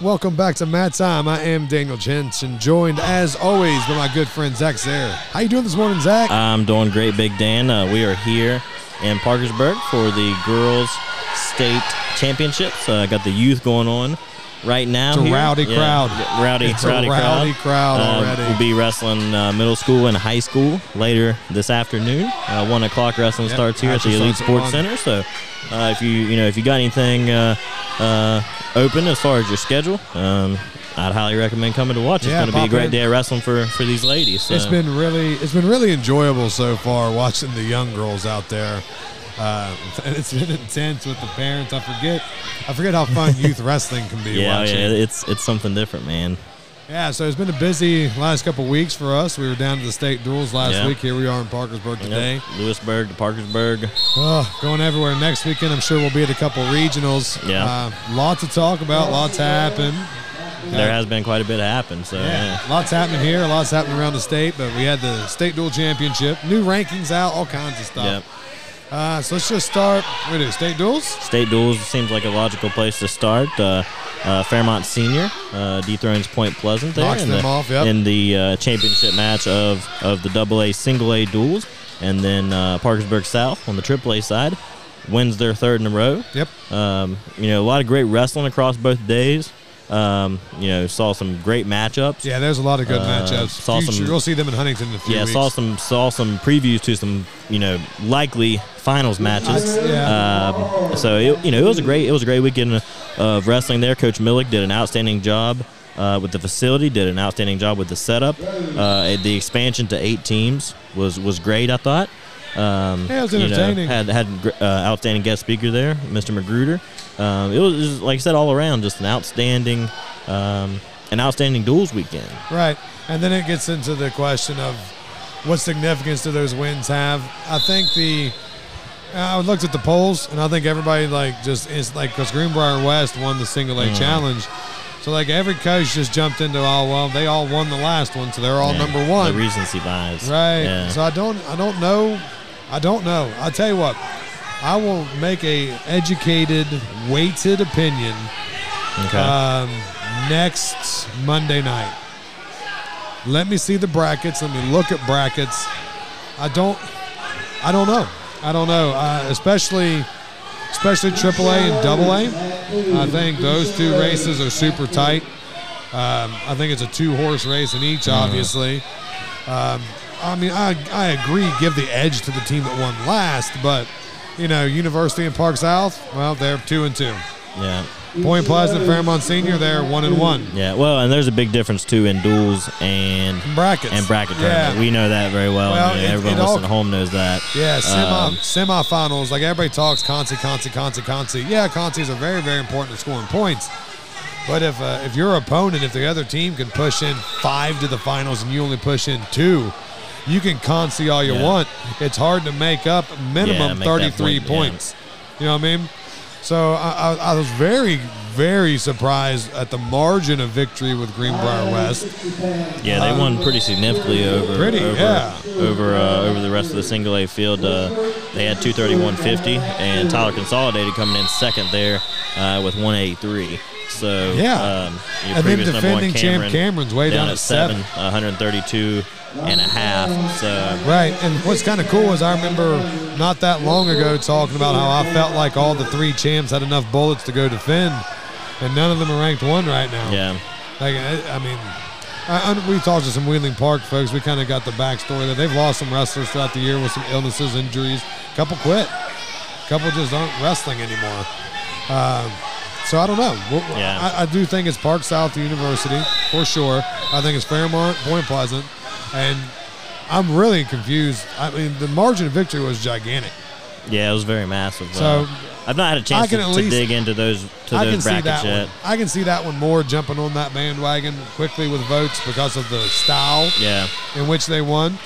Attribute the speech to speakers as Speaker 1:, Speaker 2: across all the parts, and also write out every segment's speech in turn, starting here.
Speaker 1: Welcome back to Matt Time. I am Daniel Jensen, joined as always by my good friend Zach Zaire. How you doing this morning, Zach?
Speaker 2: I'm doing great, Big Dan. Uh, we are here in Parkersburg for the girls' state championships. Uh, got the youth going on right now.
Speaker 1: It's a
Speaker 2: here.
Speaker 1: rowdy
Speaker 2: Yeah,
Speaker 1: crowd.
Speaker 2: yeah, Rowdy,
Speaker 1: It's a
Speaker 2: rowdy,
Speaker 1: rowdy crowd
Speaker 2: Uh,
Speaker 1: already.
Speaker 2: We'll be wrestling uh, middle school and high school later this afternoon. Uh, one o'clock wrestling
Speaker 1: Yep,
Speaker 2: starts here at
Speaker 1: after
Speaker 2: the Elite
Speaker 1: starts at
Speaker 2: Sports
Speaker 1: one.
Speaker 2: Center. So uh, if you you know if you got anything uh, uh, open as far as your schedule. Um, I'd highly recommend coming to watch. It's
Speaker 1: Yeah,
Speaker 2: going to be a
Speaker 1: pop
Speaker 2: great
Speaker 1: in.
Speaker 2: day of wrestling for, for these ladies. So.
Speaker 1: It's been really, it's been really enjoyable so far watching the young girls out there. Uh, it's been intense with the parents. I forget, I forget how fun youth wrestling can be.
Speaker 2: yeah,
Speaker 1: watching.
Speaker 2: yeah, it's it's something different, man.
Speaker 1: Yeah, so it's been a busy last couple of weeks for us. We were down to the state duels last
Speaker 2: Yeah.
Speaker 1: week. Here we are in Parkersburg today.
Speaker 2: Yep. Lewisburg to Parkersburg.
Speaker 1: Oh, going everywhere next weekend. I'm sure we'll be at a couple regionals.
Speaker 2: Yeah.
Speaker 1: uh, lots to talk about. Lots happen.
Speaker 2: There has been quite a bit happen. So
Speaker 1: Yeah.
Speaker 2: yeah.
Speaker 1: lots happening here. Lots happening around the state. But we had the state duel championship, new rankings out, all kinds of
Speaker 2: Yep.
Speaker 1: stuff. Uh, so let's just start. We do state duels.
Speaker 2: State duels seems like a logical place to start. Uh, uh, Fairmont Senior uh, dethrones Point Pleasant there
Speaker 1: Knocks
Speaker 2: in
Speaker 1: them
Speaker 2: the,
Speaker 1: off, yep.
Speaker 2: in the uh, championship match of, of the double A single A duels, and then uh, Parkersburg South on the triple A side wins their third in a row.
Speaker 1: Yep.
Speaker 2: Um, you know, a lot of great wrestling across both days. Um, you know, saw some great matchups.
Speaker 1: Yeah, there's a lot of good
Speaker 2: Uh,
Speaker 1: matchups.
Speaker 2: saw some-
Speaker 1: Future, we'll see them in Huntington in a few
Speaker 2: Yeah,
Speaker 1: weeks.
Speaker 2: saw some saw some previews to some you know likely finals matches.
Speaker 1: I- yeah.
Speaker 2: Um, so it, you know it was a great it was a great weekend of wrestling there. Coach Millick did an outstanding job uh, with the facility. Did an outstanding job with the setup. Uh, the expansion to eight teams was was great. I thought. Um,
Speaker 1: Yeah, it was
Speaker 2: you know,
Speaker 1: entertaining.
Speaker 2: had had gr- uh, outstanding guest speaker there, Mr. Magruder. Um, it was it was, like I said all around just an outstanding um, an outstanding duels weekend.
Speaker 1: Right. And then it gets into the question of what significance do those wins have? I think the I looked at the polls and I think everybody like just it's like because Greenbrier West won the single A
Speaker 2: Mm.
Speaker 1: challenge. So like every coach just jumped into all well they all won the last one so they're all
Speaker 2: Yeah,
Speaker 1: number one.
Speaker 2: The recency bias.
Speaker 1: Right.
Speaker 2: Yeah.
Speaker 1: So I don't I don't know. I don't know. I tell you what. I will make a educated, weighted opinion
Speaker 2: okay.
Speaker 1: um, next Monday night. Let me see the brackets. Let me look at brackets. I don't. I don't know. I don't know. Uh, especially, especially AAA and AA. I think those two races are super tight. Um, I think it's a two-horse race in each, obviously. Um, I mean, I, I agree. Give the edge to the team that won last, but you know, University and Park South. Well, they're two and two.
Speaker 2: yeah.
Speaker 1: Point Pleasant, Fairmont Senior, there one and one
Speaker 2: Yeah. Well, and there's a big difference too in duels and
Speaker 1: brackets
Speaker 2: and bracket
Speaker 1: Yeah,
Speaker 2: tournament. We know that very well.
Speaker 1: Well,
Speaker 2: and, you
Speaker 1: it-
Speaker 2: know, everyone
Speaker 1: it all-
Speaker 2: listening at home knows that.
Speaker 1: yeah. Semi
Speaker 2: Um,
Speaker 1: semifinals, like everybody talks, Concy, Concy, Concy, Concy. Yeah, Concy's are very, very important to scoring points. But if uh, if your opponent, if the other team can push in five to the finals and you only push in two, you can Concy all you
Speaker 2: Yeah.
Speaker 1: want. It's hard to make up
Speaker 2: Yeah,
Speaker 1: minimum
Speaker 2: make that
Speaker 1: 33
Speaker 2: point, yeah.
Speaker 1: points. You know what I mean? So I, I, I was very, very surprised at the margin of victory with Greenbrier West.
Speaker 2: yeah, they won pretty significantly over
Speaker 1: Uh, Pretty,
Speaker 2: over
Speaker 1: yeah.
Speaker 2: over, uh, over the rest of the single A field. Uh, they had 231.50, and Tyler Consolidated coming in second there uh, with 183. So
Speaker 1: Yeah.
Speaker 2: um, your
Speaker 1: And then
Speaker 2: previous number one
Speaker 1: defending champ
Speaker 2: Cameron,
Speaker 1: Cameron's way down
Speaker 2: down
Speaker 1: at
Speaker 2: at seven,
Speaker 1: seven.
Speaker 2: 132 and a half. So
Speaker 1: Right, and what's kind of cool is I remember not that long ago talking about how I felt like all the three champs had enough bullets to go defend, and none of them are ranked one right now.
Speaker 2: yeah.
Speaker 1: like I, I mean, I, I, we talked to some Wheeling Park folks. We kind of got the backstory that they've lost some wrestlers throughout the year with some illnesses, injuries. couple quit, couple just aren't wrestling anymore. Um, so I don't know. Well,
Speaker 2: Yeah.
Speaker 1: I, I do think it's Park South University for sure. I think it's Fairmont, Point Pleasant, and I'm really confused. I mean, the margin of victory was gigantic.
Speaker 2: Yeah, it was very massive.
Speaker 1: So,
Speaker 2: So I've not had a
Speaker 1: I
Speaker 2: chance to,
Speaker 1: can at
Speaker 2: to
Speaker 1: least-
Speaker 2: dig into those to
Speaker 1: I can
Speaker 2: those
Speaker 1: see
Speaker 2: brackets
Speaker 1: that
Speaker 2: yet.
Speaker 1: one. I can see that one more jumping on that bandwagon quickly with votes because of the style.
Speaker 2: Yeah,
Speaker 1: in which they won.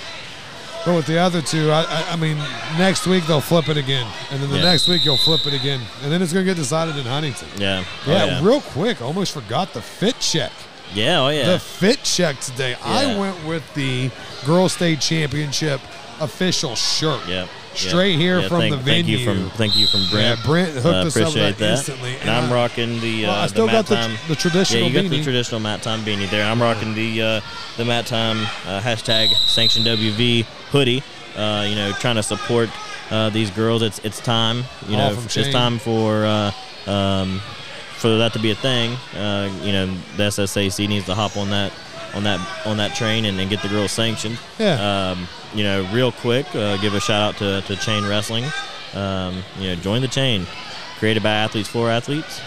Speaker 1: But with the other two, I, I, I mean, next week they'll flip it again, and then the
Speaker 2: Yeah.
Speaker 1: next week you'll flip it again, and then it's going to get decided in Huntington.
Speaker 2: yeah, Oh,
Speaker 1: Yeah,
Speaker 2: yeah.
Speaker 1: real quick, I almost forgot the fit check.
Speaker 2: yeah, oh yeah.
Speaker 1: The fit check today. I
Speaker 2: Yeah.
Speaker 1: went with the girls' state championship official shirt.
Speaker 2: Yep.
Speaker 1: straight here
Speaker 2: Yeah,
Speaker 1: from
Speaker 2: thank,
Speaker 1: the
Speaker 2: thank
Speaker 1: venue.
Speaker 2: you from thank you from Brent.
Speaker 1: Yeah, Brent hooked
Speaker 2: Uh,
Speaker 1: us up with
Speaker 2: appreciate
Speaker 1: that
Speaker 2: that.
Speaker 1: instantly,
Speaker 2: And,
Speaker 1: and
Speaker 2: I'm
Speaker 1: I-
Speaker 2: rocking the. Uh,
Speaker 1: Well, I still
Speaker 2: the
Speaker 1: got
Speaker 2: Matt
Speaker 1: the-
Speaker 2: time.
Speaker 1: the traditional
Speaker 2: Yeah, you got
Speaker 1: beanie.
Speaker 2: the traditional Matt time beanie there. I'm rocking the uh, the Matt time uh, hashtag sanction WV hoodie. Uh, you know, trying to support uh, these girls. It's it's time. You
Speaker 1: All
Speaker 2: know,
Speaker 1: from
Speaker 2: it's
Speaker 1: Shane.
Speaker 2: time for. Uh, um, for that to be a thing, uh, you know, the SSAC needs to hop on that, on that, on that train and, and get the girls sanctioned.
Speaker 1: Yeah.
Speaker 2: Um, you know, real quick, uh, give a shout out to, to Chain Wrestling. Um, you know, join the chain. Created by athletes for athletes.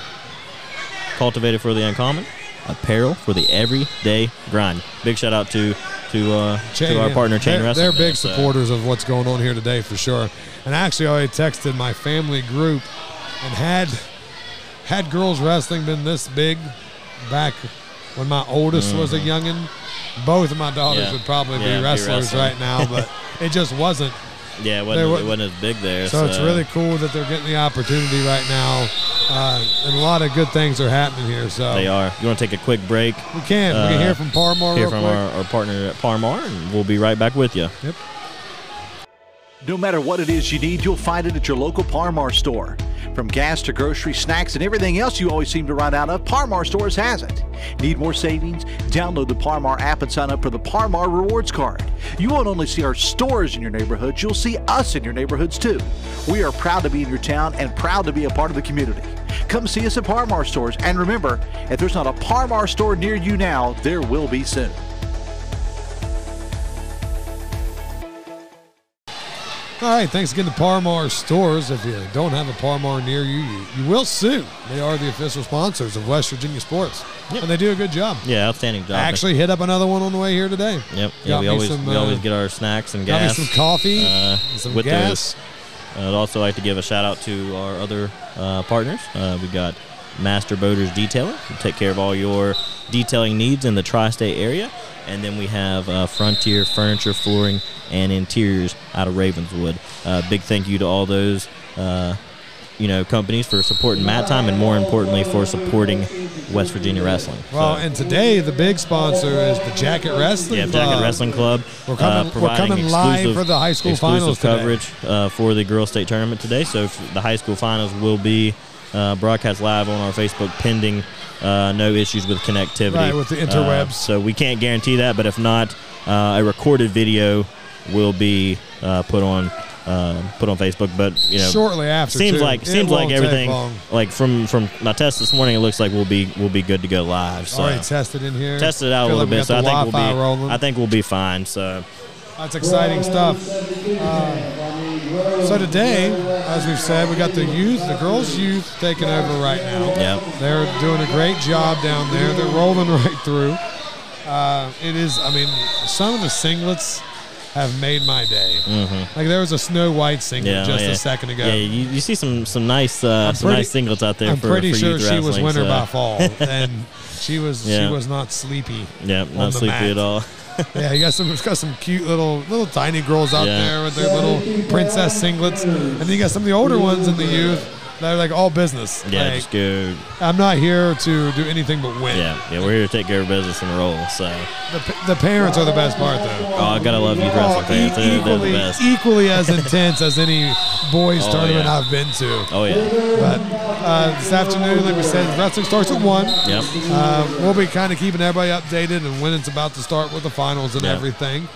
Speaker 2: Cultivated for the uncommon. Apparel for the everyday grind. Big shout out to to uh, to our
Speaker 1: yeah.
Speaker 2: partner Chain
Speaker 1: they're,
Speaker 2: Wrestling.
Speaker 1: They're big
Speaker 2: It's, uh,
Speaker 1: supporters of what's going on here today for sure. And I actually already texted my family group and had had girls wrestling been this big back when my oldest was a youngin, both of my daughters
Speaker 2: Mm-hmm. Yeah.
Speaker 1: would probably
Speaker 2: Yeah,
Speaker 1: be
Speaker 2: be
Speaker 1: wrestlers
Speaker 2: wrestling.
Speaker 1: right now, but it just wasn't.
Speaker 2: yeah, it
Speaker 1: they
Speaker 2: wasn't,
Speaker 1: were-
Speaker 2: it wasn't as big there. uh,
Speaker 1: So it's really cool that they're getting the opportunity right now, uh, and a lot of good things are happening here. So
Speaker 2: they are. You want to take a quick break?
Speaker 1: we can we can
Speaker 2: Uh,
Speaker 1: hear from Parmar
Speaker 2: Hear
Speaker 1: real
Speaker 2: from
Speaker 1: quick.
Speaker 2: our, our partner at Parmar, and we'll be right back with you.
Speaker 1: yep.
Speaker 3: No matter what it is you need, you'll find it at your local Parmar store. From gas to grocery, snacks, and everything else you always seem to run out of, Parmar Stores has it. Need more savings? Download the Parmar app and sign up for the Parmar Rewards Card. You won't only see our stores in your neighborhoods, you'll see us in your neighborhoods too. We are proud to be in your town and proud to be a part of the community. Come see us at Parmar Stores, and remember, if there's not a Parmar store near you now, there will be soon.
Speaker 1: All right, thanks again to Parmar Stores. If you don't have a Parmar near you, you, you will soon. They are the official sponsors of West Virginia sports, and they do a good job.
Speaker 2: Yeah, outstanding job.
Speaker 1: I actually hit up another one on the way here today.
Speaker 2: Yep.
Speaker 1: Got
Speaker 2: Yeah, we
Speaker 1: me
Speaker 2: always
Speaker 1: some,
Speaker 2: we
Speaker 1: uh,
Speaker 2: always get our snacks and
Speaker 1: Got
Speaker 2: gas.
Speaker 1: me some coffee,
Speaker 2: uh,
Speaker 1: and some
Speaker 2: with
Speaker 1: gas.
Speaker 2: those. Uh, I'd also like to give a shout out to our other uh, partners. Uh, we've got Master Boaters Detailing, who take care of all your detailing needs in the tri state area. And then we have uh, Frontier Furniture, Flooring, and Interiors out of Ravenswood. Uh, big thank you to all those. Uh, you know, companies for supporting Matt Time and more importantly for supporting West Virginia Wrestling.
Speaker 1: Well,
Speaker 2: So-
Speaker 1: and today the big sponsor is the Jacket Wrestling.
Speaker 2: yeah, Jacket
Speaker 1: Club.
Speaker 2: Wrestling Club.
Speaker 1: We're coming-
Speaker 2: uh,
Speaker 1: we're
Speaker 2: providing
Speaker 1: coming live
Speaker 2: exclusive-
Speaker 1: for the high school
Speaker 2: exclusive
Speaker 1: finals today.
Speaker 2: coverage uh, for the girls' state tournament today. So if the high school finals will be uh, broadcast live on our Facebook, pending uh, no issues with connectivity,
Speaker 1: Right, with the
Speaker 2: Uh,
Speaker 1: interwebs.
Speaker 2: so we can't guarantee that, but if not, uh, a recorded video will be uh, put on uh, put on Facebook. But you know,
Speaker 1: Shortly after,
Speaker 2: seems
Speaker 1: too.
Speaker 2: like
Speaker 1: It
Speaker 2: seems like
Speaker 1: won't take
Speaker 2: everything
Speaker 1: long.
Speaker 2: like from from my test this morning, it looks like we'll be we'll be good to go live. So
Speaker 1: Already tested in here.
Speaker 2: tested Mm-hmm. it out a
Speaker 1: Feel
Speaker 2: little
Speaker 1: like we
Speaker 2: bit.
Speaker 1: got
Speaker 2: So I
Speaker 1: the
Speaker 2: think we'll
Speaker 1: Wi-Fi
Speaker 2: be.
Speaker 1: rolling.
Speaker 2: I think we'll be fine. So
Speaker 1: That's exciting stuff. Uh, so today, as we've said, we got the youth, the girls' youth, taking over right now.
Speaker 2: Yep.
Speaker 1: They're doing a great job down there. They're rolling right through. Uh, it is. I mean, some of the singlets have made my day. Mm-hmm. Like there was a Snow White singlet
Speaker 2: yeah, oh,
Speaker 1: just
Speaker 2: yeah.
Speaker 1: a second ago.
Speaker 2: Yeah, you, you see some some nice uh, some
Speaker 1: pretty-
Speaker 2: nice singles out there.
Speaker 1: I'm
Speaker 2: for,
Speaker 1: pretty
Speaker 2: for
Speaker 1: sure
Speaker 2: youth
Speaker 1: she was
Speaker 2: wrestling,
Speaker 1: winner
Speaker 2: so.
Speaker 1: by fall, and she was
Speaker 2: uh, Yeah.
Speaker 1: she was not sleepy.
Speaker 2: Yeah,
Speaker 1: on
Speaker 2: not
Speaker 1: the
Speaker 2: sleepy
Speaker 1: mat.
Speaker 2: at all.
Speaker 1: Yeah, you got some it's got some cute little little tiny girls out
Speaker 2: Yeah.
Speaker 1: there with their little princess singlets, and then you got some of the older ones in the youth that are like all business.
Speaker 2: Yeah,
Speaker 1: Like,
Speaker 2: just go.
Speaker 1: I'm not here to do anything but win.
Speaker 2: Yeah, yeah, we're here to take care of business and roll. So, oh,
Speaker 1: The, pa- the parents are the best part though.
Speaker 2: I gotta love you,
Speaker 1: Oh,
Speaker 2: wrestling fans.
Speaker 1: e-
Speaker 2: They're, they're the
Speaker 1: equally,
Speaker 2: best.
Speaker 1: equally as intense as any boys
Speaker 2: Oh,
Speaker 1: tournament
Speaker 2: yeah.
Speaker 1: I've been to.
Speaker 2: Oh yeah,
Speaker 1: But uh, this afternoon, like we said, wrestling starts at one.
Speaker 2: yep.
Speaker 1: Uh, we'll be kind of keeping everybody updated and when it's about to start with the finals and
Speaker 2: Yeah.
Speaker 1: everything.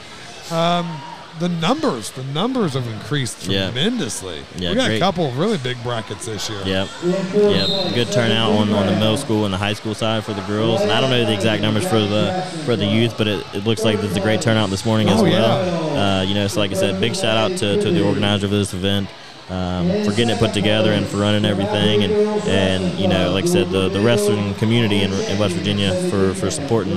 Speaker 1: Um, the numbers, the numbers have increased
Speaker 2: Yeah.
Speaker 1: tremendously.
Speaker 2: Yeah,
Speaker 1: we got a
Speaker 2: great.
Speaker 1: couple of really big brackets this year.
Speaker 2: Yep. Yep. Good turnout on, on the middle school and the high school side for the girls. And I don't know the exact numbers for the for the youth, but it, it looks like there's a great turnout this morning as
Speaker 1: Oh,
Speaker 2: well. Uh, you know, so like I said, big shout out to, to the organizer for this event. Um, for getting it put together and for running everything, and, and you know, like I said, the, the wrestling community in, in West Virginia for, for supporting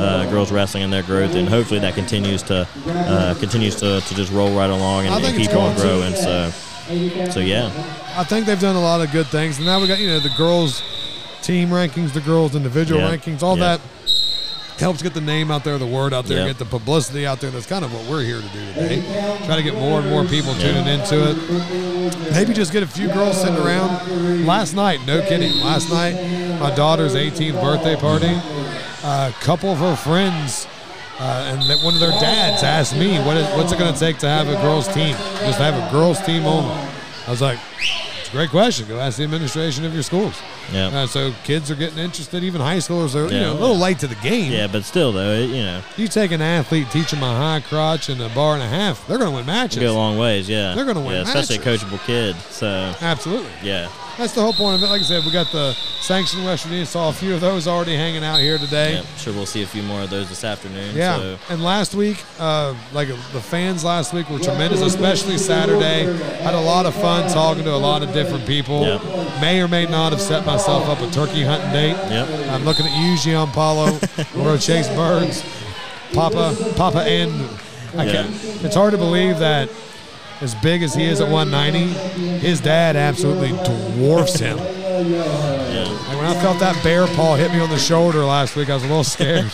Speaker 2: uh, girls wrestling and their growth, and hopefully that continues to uh, continues to, to just roll right
Speaker 1: I
Speaker 2: along and,
Speaker 1: think
Speaker 2: and
Speaker 1: it's
Speaker 2: keep
Speaker 1: going
Speaker 2: on
Speaker 1: to.
Speaker 2: growing. So, so yeah,
Speaker 1: I think they've done a lot of good things. And now we got, you know, the girls' team rankings, the girls' individual
Speaker 2: Yeah.
Speaker 1: rankings, all
Speaker 2: Yeah.
Speaker 1: that helps get the name out there, the word out there,
Speaker 2: Yeah.
Speaker 1: get the publicity out there. That's kind of what we're here to do today. Try to get more and more people tuning into it. Maybe just get a few girls sitting around. Last night, no kidding, last night, my daughter's 18th birthday party, a couple of her friends Uh, and that one of their dads asked me, "What is what's it going to take to have a girls' team? Just have a girls' team only?" I was like, "It's a great question. Go ask the administration of your schools."
Speaker 2: Yeah.
Speaker 1: Uh, so kids are getting interested. Even high schoolers are you
Speaker 2: Yeah.
Speaker 1: know a little late to the game.
Speaker 2: Yeah, but still though, it, you know,
Speaker 1: You take an athlete, teach them a high crotch and a bar and a half, they're going to win matches.
Speaker 2: it go a long ways. Yeah,
Speaker 1: They're gonna win
Speaker 2: Yeah, especially a
Speaker 1: matches.
Speaker 2: coachable kid. So
Speaker 1: Absolutely.
Speaker 2: yeah,
Speaker 1: That's the whole point of it. Like I said, we got the sanctioned West Virginia. Saw a few of those already hanging out here today.
Speaker 2: yeah, sure we'll see a few more of those this afternoon.
Speaker 1: Yeah,
Speaker 2: So.
Speaker 1: and last week, uh, like the fans last week were tremendous, especially Saturday. Had a lot of fun talking to a lot of different people.
Speaker 2: Yep.
Speaker 1: May or may not have set myself up a turkey hunting date.
Speaker 2: Yep.
Speaker 1: I'm looking at you, Giampaolo. We're going to chase birds. Papa, Papa, and I
Speaker 2: Yeah.
Speaker 1: can't, it's hard to believe that as big as he is at 190, his dad absolutely dwarfs him.
Speaker 2: Yeah.
Speaker 1: Like when I felt that bear paw hit me on the shoulder last week, I was a little scared.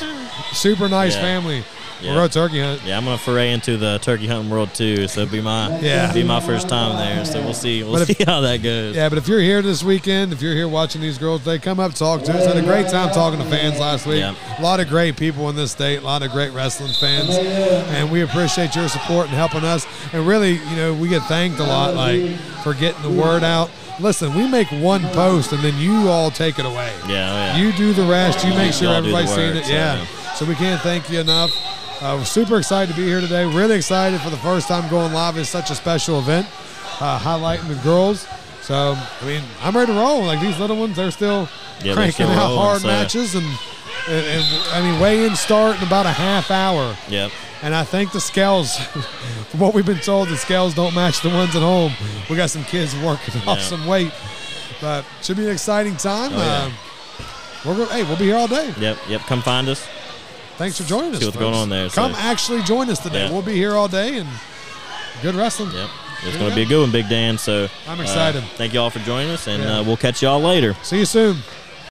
Speaker 1: Super nice
Speaker 2: Yeah.
Speaker 1: family.
Speaker 2: Yeah.
Speaker 1: We're a turkey hunt.
Speaker 2: Yeah, I'm gonna foray into the turkey hunting world too, so it'll be my
Speaker 1: Yeah.
Speaker 2: be my first time there. So we'll see we'll
Speaker 1: But
Speaker 2: see
Speaker 1: if-
Speaker 2: how that goes.
Speaker 1: Yeah, but if you're here this weekend, if you're here watching these girls, they come up, talk to us. Had a great time talking to fans last week.
Speaker 2: Yeah.
Speaker 1: A lot of great people in this state, a lot of great wrestling fans, and we appreciate your support and helping us. And really, you know, we get thanked a lot, like for getting the word out. Listen, we make one post and then you all take it away.
Speaker 2: Yeah, oh yeah.
Speaker 1: You do the rest. You make sure
Speaker 2: Y'all do the
Speaker 1: everybody's seeing
Speaker 2: work,
Speaker 1: it.
Speaker 2: so-
Speaker 1: Yeah. So we can't thank you enough. Uh, we're super excited to be here today. Really excited for the first time going live. It's such a special event, uh, highlighting the girls. So I mean, I'm ready to roll. Like these little ones, they're still
Speaker 2: Yeah, they're
Speaker 1: cranking
Speaker 2: still
Speaker 1: out
Speaker 2: rolling,
Speaker 1: hard
Speaker 2: so-
Speaker 1: matches, and, and and I mean, weigh-in start in about a half hour.
Speaker 2: Yep.
Speaker 1: And I think the scales, from what we've been told, the scales don't match the ones at home. We got some kids working off
Speaker 2: Yeah.
Speaker 1: some weight, but should be an exciting time.
Speaker 2: Oh, yeah.
Speaker 1: Um, we're gonna, hey, we'll be here all day.
Speaker 2: Yep. Yep. Come find us.
Speaker 1: Thanks for joining us.
Speaker 2: what's going
Speaker 1: folks.
Speaker 2: on there,
Speaker 1: Come
Speaker 2: so-
Speaker 1: actually join us today.
Speaker 2: Yeah.
Speaker 1: We'll be here all day and good wrestling.
Speaker 2: Yep. It's
Speaker 1: Here
Speaker 2: going
Speaker 1: we
Speaker 2: to be a
Speaker 1: go.
Speaker 2: good one, Big Dan. So
Speaker 1: I'm
Speaker 2: uh,
Speaker 1: excited.
Speaker 2: thank you all for joining us, and
Speaker 1: Yeah.
Speaker 2: uh, we'll catch you all later.
Speaker 1: See you soon.